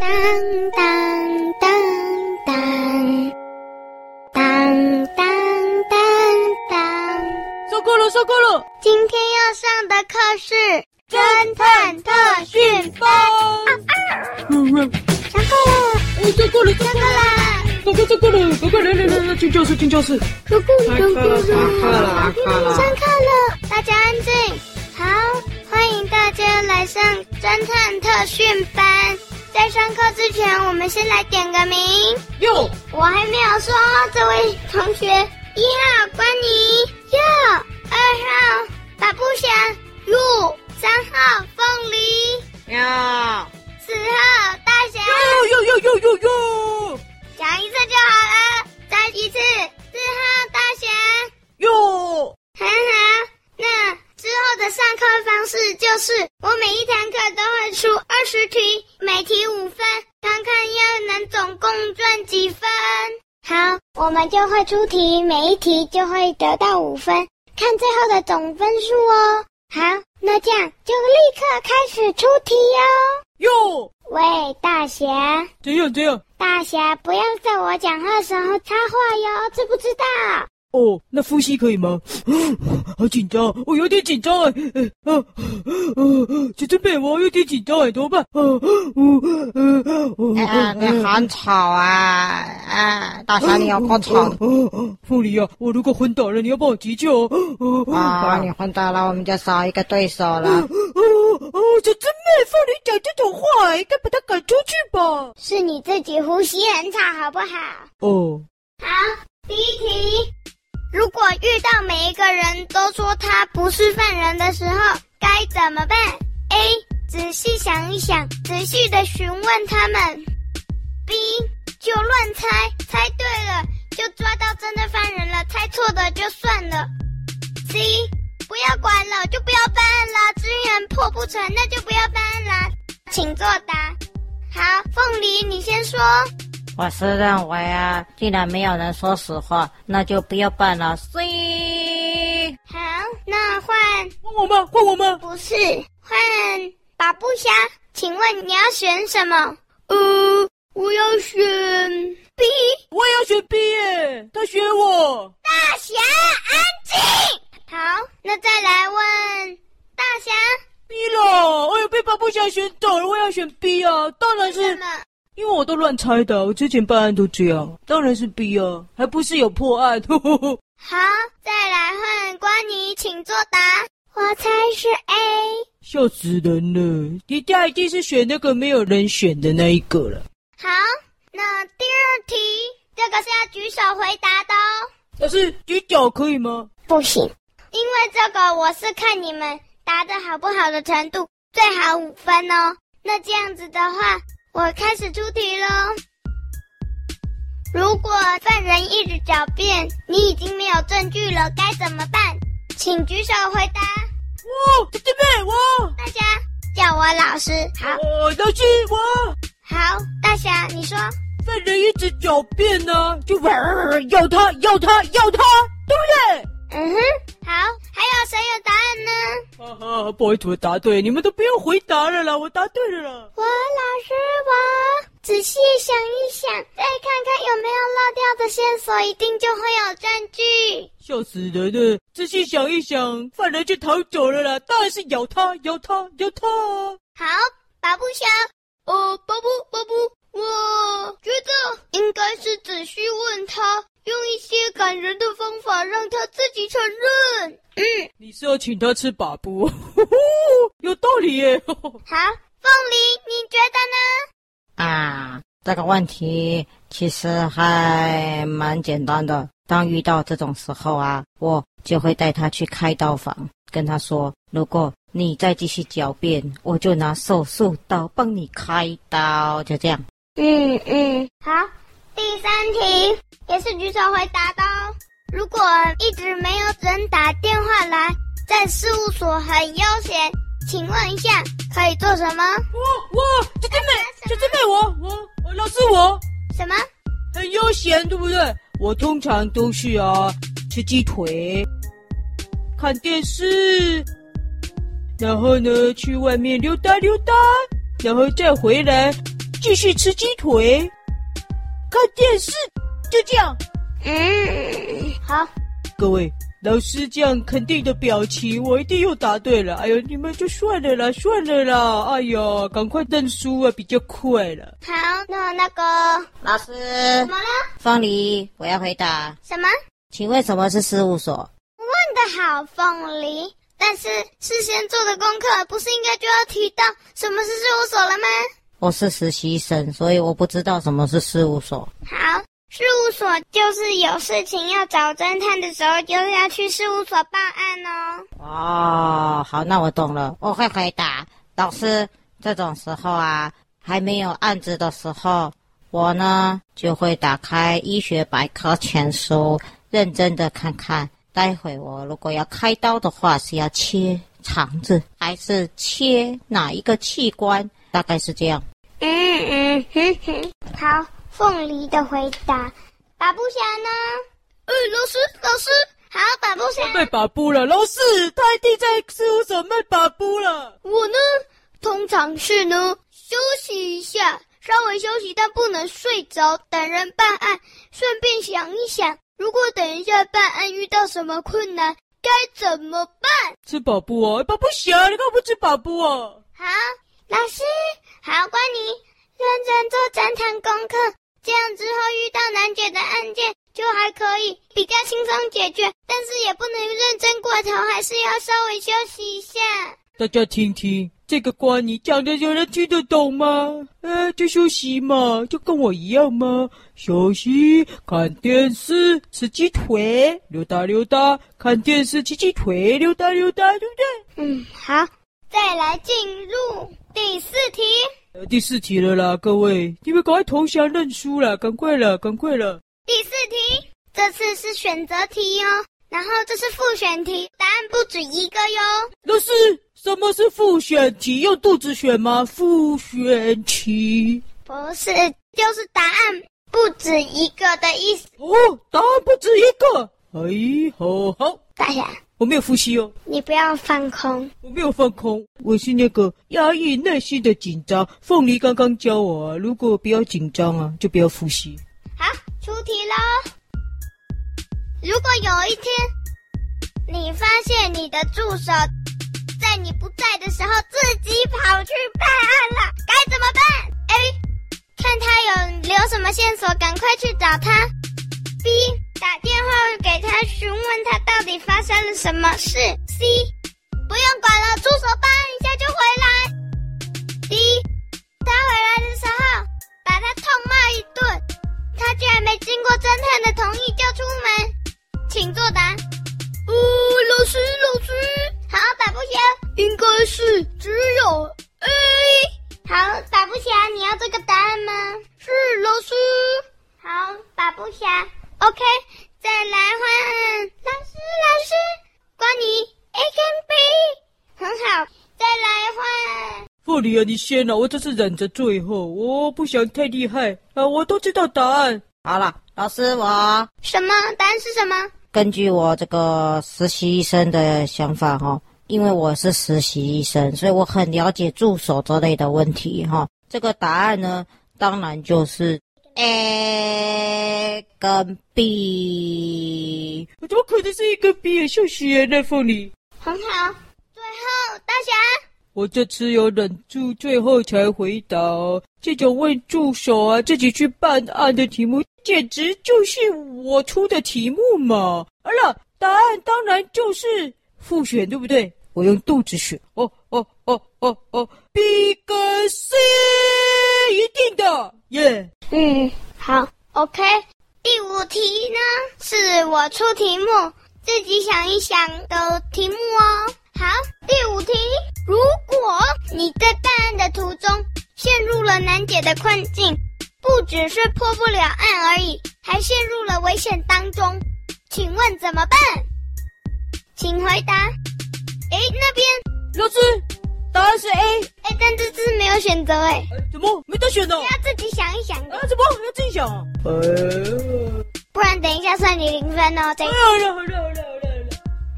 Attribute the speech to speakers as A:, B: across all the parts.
A: 当当当当当当当当。
B: 搜咕噜，搜咕噜，
A: 今天要上的课是侦探特训班。上课了，
B: 嗯哎，搜咕噜，搜
A: 上
B: 咕
A: 课
B: 噜，
A: 啦！
B: 搜咕搜咕噜，快快来来来来，进教室，进教室。
A: 咕咕
B: 上课了上课了上课了
A: 上课了，大家安静。好，欢迎大家来上侦探特训班。在上课之前，我们先来点个名。
B: 哟，
A: 我还没有说，这位同学，一号关妮，哟，二号把布祥鹿，三号凤梨，
B: 呀，
A: 四号大侠。
B: 哟哟哟哟哟
A: 讲一次就好了，再一次，四号大侠。
B: 哟，
A: 很好，那之后的上课方式就是，我每一堂课都会出二十题，每题五分，看看要能总共赚几分。哦好，我们就会出题，每一题就会得到五分，看最后的总分数哦。好，那这样就立刻开始出题哟、
B: 哟，
A: 喂，大侠，
B: 怎样怎样？
A: 大侠，不要在我讲话的时候插话哟，知不知道？
B: 哦，那呼吸可以吗？ 好紧张，我有点紧张哎，呃啊，小真妹，我有点紧张哎，怎么办？呃啊，我
C: 哎呀，你
B: 呃嗯
C: 好吵啊！哎，大侠，你有够吵的
B: 哦，凤梨啊，我如果昏倒了，你要帮我急救哦。哦
C: 啊！你混蛋了，我们就少一个对手了。
B: 哦哦，小真妹，凤梨讲这种话，应该把他赶出去吧？
A: 是你自己呼吸很吵，好不好？
B: 哦，
A: 好，第一题，如果遇到每一个人都说他不是犯人的时候，该怎么办？A. 仔细想一想，仔细的询问他们。B. 就乱猜，猜对了就抓到真的犯人了，猜错的就算了。C. 不要管了，就不要办案啦。资源破不成，那就不要办案啦。请作答。好，凤梨，你先说。
C: 我是认为啊，既然没有人说实话，那就不要办了。C，
A: 好，那换
B: 换我吗？换我吗？
A: 不是，换巴布侠，请问你要选什么？呃，我要选 B
B: 我也要选 B 耶，他选我。
A: 大侠，安静。好，那再来问大侠，
B: B 了，哎呦，被巴布侠选走了，我也要选 B 啊！当然
A: 那
B: 是
A: 么
B: 因为我都乱猜的，我之前办案都这样，当然是 B 啊，还不是有破案。
A: 好，再来换关妮，请作答。我猜是 A。
B: 笑死人了！你家一定是选那个没有人选的那一个了。
A: 好，那第二题，这个是要举手回答的哦。
B: 但是举脚可以吗？
A: 不行，因为这个我是看你们答的好不好的程度，最好五分哦。那这样子的话，我开始出题喽。如果犯人一直狡辩，你已经没有证据了，该怎么办？请举手回答。
B: 哇，姐姐妹，我，
A: 大家叫我老师。好，
B: 我都是我。
A: 好，大侠你说。
B: 犯人一直狡辩呢、就要他要他要他，对
A: 嗯哼，好，还有谁有答案呢？
B: 不对？哈啊哈，不好意思，我答对，你们都不用回答了啦，我答对了啦。
A: 我老师，我仔细想一想，再看看有没有漏掉的线索，一定就会有证据。
B: 笑死人了！仔细想一想，犯人就逃走了啦，当然是咬他，咬他，咬他啊！
A: 好，巴布侠，哦，巴布巴布，我觉得应该是仔细问他，用一些感人的方法让他自己承认。嗯，
B: 你是要请他吃把布， 有道理耶！
A: 好，凤梨，你觉得呢？
C: 啊，这个问题其实还蛮简单的。当遇到这种时候啊，我就会带他去开刀房，跟他说：如果你再继续狡辩，我就拿手术刀帮你开刀。就这样。
A: 嗯嗯，好，第三题也是举手回答的哦。如果一直没有人打电话来，在事务所很悠闲，请问一下可以做什么？
B: 我我姐姐妹，姐姐妹，我我我老师我
A: 什么？
B: 很悠闲，对不对？我通常都是啊，吃鸡腿，看电视，然后呢去外面溜达溜达，然后再回来继续吃鸡腿，看电视，就这样。
A: 嗯，好，
B: 各位老师这样肯定的表情，我一定又答对了。哎呦，你们就算了啦，算了啦。哎呦，赶快认输啊，比较快了。
A: 好，那那个
C: 老师，
A: 怎么了？
C: 凤梨，我要回答，
A: 什么？
C: 请问什么是事务所？
A: 问的好，凤梨。但是事先做的功课，不是应该就要提到什么是事务所了吗？
C: 我是实习生，所以我不知道什么是事务所。
A: 好，事务所就是有事情要找侦探的时候，就是要去事务所报案哦。
C: 哦，好，那我懂了，我会回答。老师，这种时候啊，还没有案子的时候，我呢就会打开医学百科全书，认真的看看。待会我如果要开刀的话，是要切肠子还是切哪一个器官？大概是这样。
A: 嗯嗯哼哼，好，凤梨的回答。把布侠呢？呃，老师，老师，好，把布侠。
B: 卖把布了，老师，他一定在事务所卖把布了。
A: 我呢，通常是呢休息一下，稍微休息，但不能睡着，等人办案，顺便想一想，如果等一下办案遇到什么困难，该怎么办？
B: 吃把布哦，把布侠，你干嘛不吃把布啊？
A: 好，老师，好，关你认真做侦探功课，这样之后遇到难解的案件就还可以比较轻松解决，但是也不能认真过头，还是要稍微休息一下。
B: 大家听听，这个瓜你讲的有人听得懂吗？呃，就休息嘛，就跟我一样吗？休息，看电视，吃鸡腿，溜达溜达，看电视，吃鸡腿，溜达溜达，对不对？
A: 嗯，好，再来进入第四题。
B: 呃，第四题了啦，各位，你们赶快投降认输啦，赶快了，赶快了。
A: 第四题，这次是选择题哟、然后这是复选题，答案不止一个哟。
B: 老师，什么是复选题？用肚子选吗？复选题。
A: 不是，就是答案不止一个的意思。
B: 哦，答案不止一个。哎，好好，
A: 大侠，
B: 我没有复习哦。
A: 你不要放空。
B: 我没有放空，我是那个压抑内心的紧张。凤梨刚刚教我啊，如果不要紧张啊，就不要复习。
A: 好，出题喽。如果有一天，你发现你的助手在你不在的时候自己跑去办案了，该怎么办？A. 看他有留什么线索，赶快去找他。B. 打电话给他询问他到底发生了什么事。C. 不用管了，助手办案一下就回来。D. 他回来的时候，把他痛骂一顿。他居然没经过侦探的同意就出门，请作答。哦，老师，老师，好，打不侠，应该是只有 A。好，打不侠，你要这个答案吗？是，老师。好，打不侠，OK，再来换老师，老师，关你 A 跟 B，很好，再来换。
B: 凤梨啊，你先了、我这是忍着最后，我不想太厉害啊，我都知道答案。
C: 好了，老师，我
A: 什么？答案是什么？
C: 根据我这个实习医生的想法哈、因为我是实习医生，所以我很了解助手之类的问题哈、这个答案呢，当然就是 A 跟 B。
B: 我怎么可能是一个 B 啊？笑死人了，凤梨！
A: 很好，最后大侠。
B: 我这次有忍住最后才回答哦、这种问助手啊自己去办案的题目，简直就是我出的题目嘛！好了，答案当然就是复选，对不对？我用肚子选，哦哦哦哦哦，B 跟 C 一定的耶
A: 嗯，好，OK。第五题呢，是我出题目，自己想一想的题目哦。好，第五题，如果你在办案的途中陷入了难解的困境，不只是破不了案而已，还陷入了危险当中，请问怎么办？请回答。诶，那边，
B: 老师，答案是 A，、
A: 诶，但这次没有选择，诶，
B: 呃怎么没得选呢？
A: 要
B: 啊，
A: 自己想一想的，
B: 怎么要自己想啊？呃，
A: 不然等一下算你零分哦。这
B: 好
A: 个
B: 了好了好了好了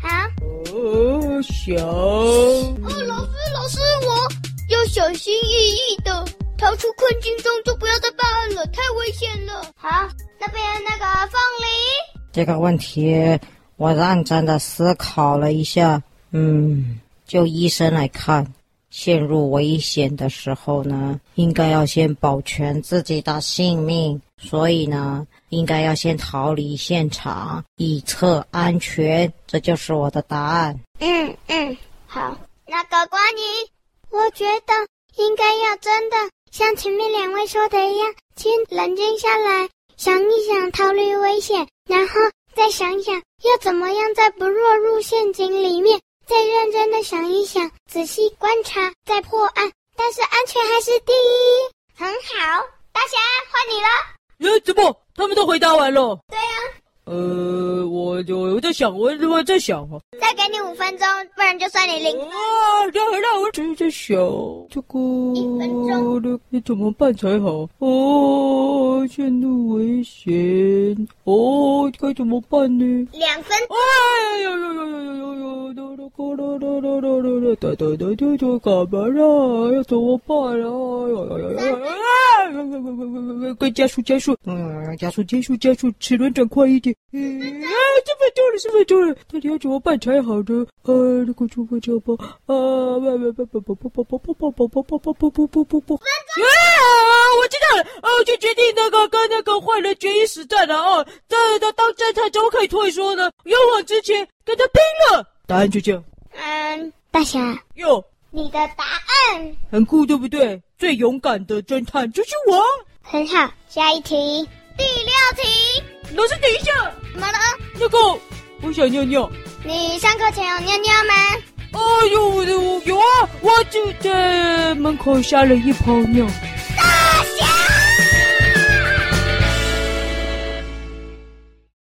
A: 好。
B: 好了，哦，想。
A: 哦，老师，老师，我要小心翼翼的逃出困境中就不要再办案了，太危险了。好，那边那个凤梨，
C: 这个问题我认真的思考了一下，嗯，就医生来看，陷入危险的时候呢，应该要先保全自己的性命，所以呢，应该要先逃离现场，以策安全。这就是我的答案。
A: 嗯嗯，好，那个瓜尼，我觉得应该要真的像前面两位说的一样，先冷静下来，想一想逃离危险，然后再想想要怎么样再不落入陷阱里面，再认真的想一想，仔细观察，再破案。但是安全还是第一，很好，大侠换你了。
B: 呃，怎么他们都回答完了？
A: 对啊呀、
B: 呃，我就我在想，我我在想啊，
A: 再给你五分钟，不然就算你零。
B: 啊，然后让我只是在想这个
A: 一分钟
B: 的该怎么办才好？哦，陷入危险，哦，该怎么办呢？
A: 两分
B: 哎呦呦呦呦呦呦！哆哆哆哆哆哆哆哆哆哆哆哆哆，干嘛啦？要怎么办啊？哎呦呦呦呦！快加速加速！
C: 嗯，
B: 加速加速加速！齿轮转快一点！嗯，啊，四分钟了，四分钟了，到底要怎么办才好呢？呃，那个出发车吧，啊，慢慢慢慢跑跑跑跑跑跑跑跑跑跑跑跑跑跑跑。啊！我知道了，哦，就决定那个跟那个坏人决一死战了哦。这这当侦探怎么可以退缩呢？勇往直前，跟他拼了！答案就这样，
A: 嗯，大侠，
B: 哟，
A: 你的答案
B: 很酷，对不对？最勇敢的侦探就是我。
A: 很好。下一题，第六题，
B: 老师，等一下，
A: 怎么了？
B: 那个我想尿尿。
A: 你上课前有尿尿吗？
B: 哦呦，我的我有啊，我就在门口撒了一泡尿。
A: 大侠。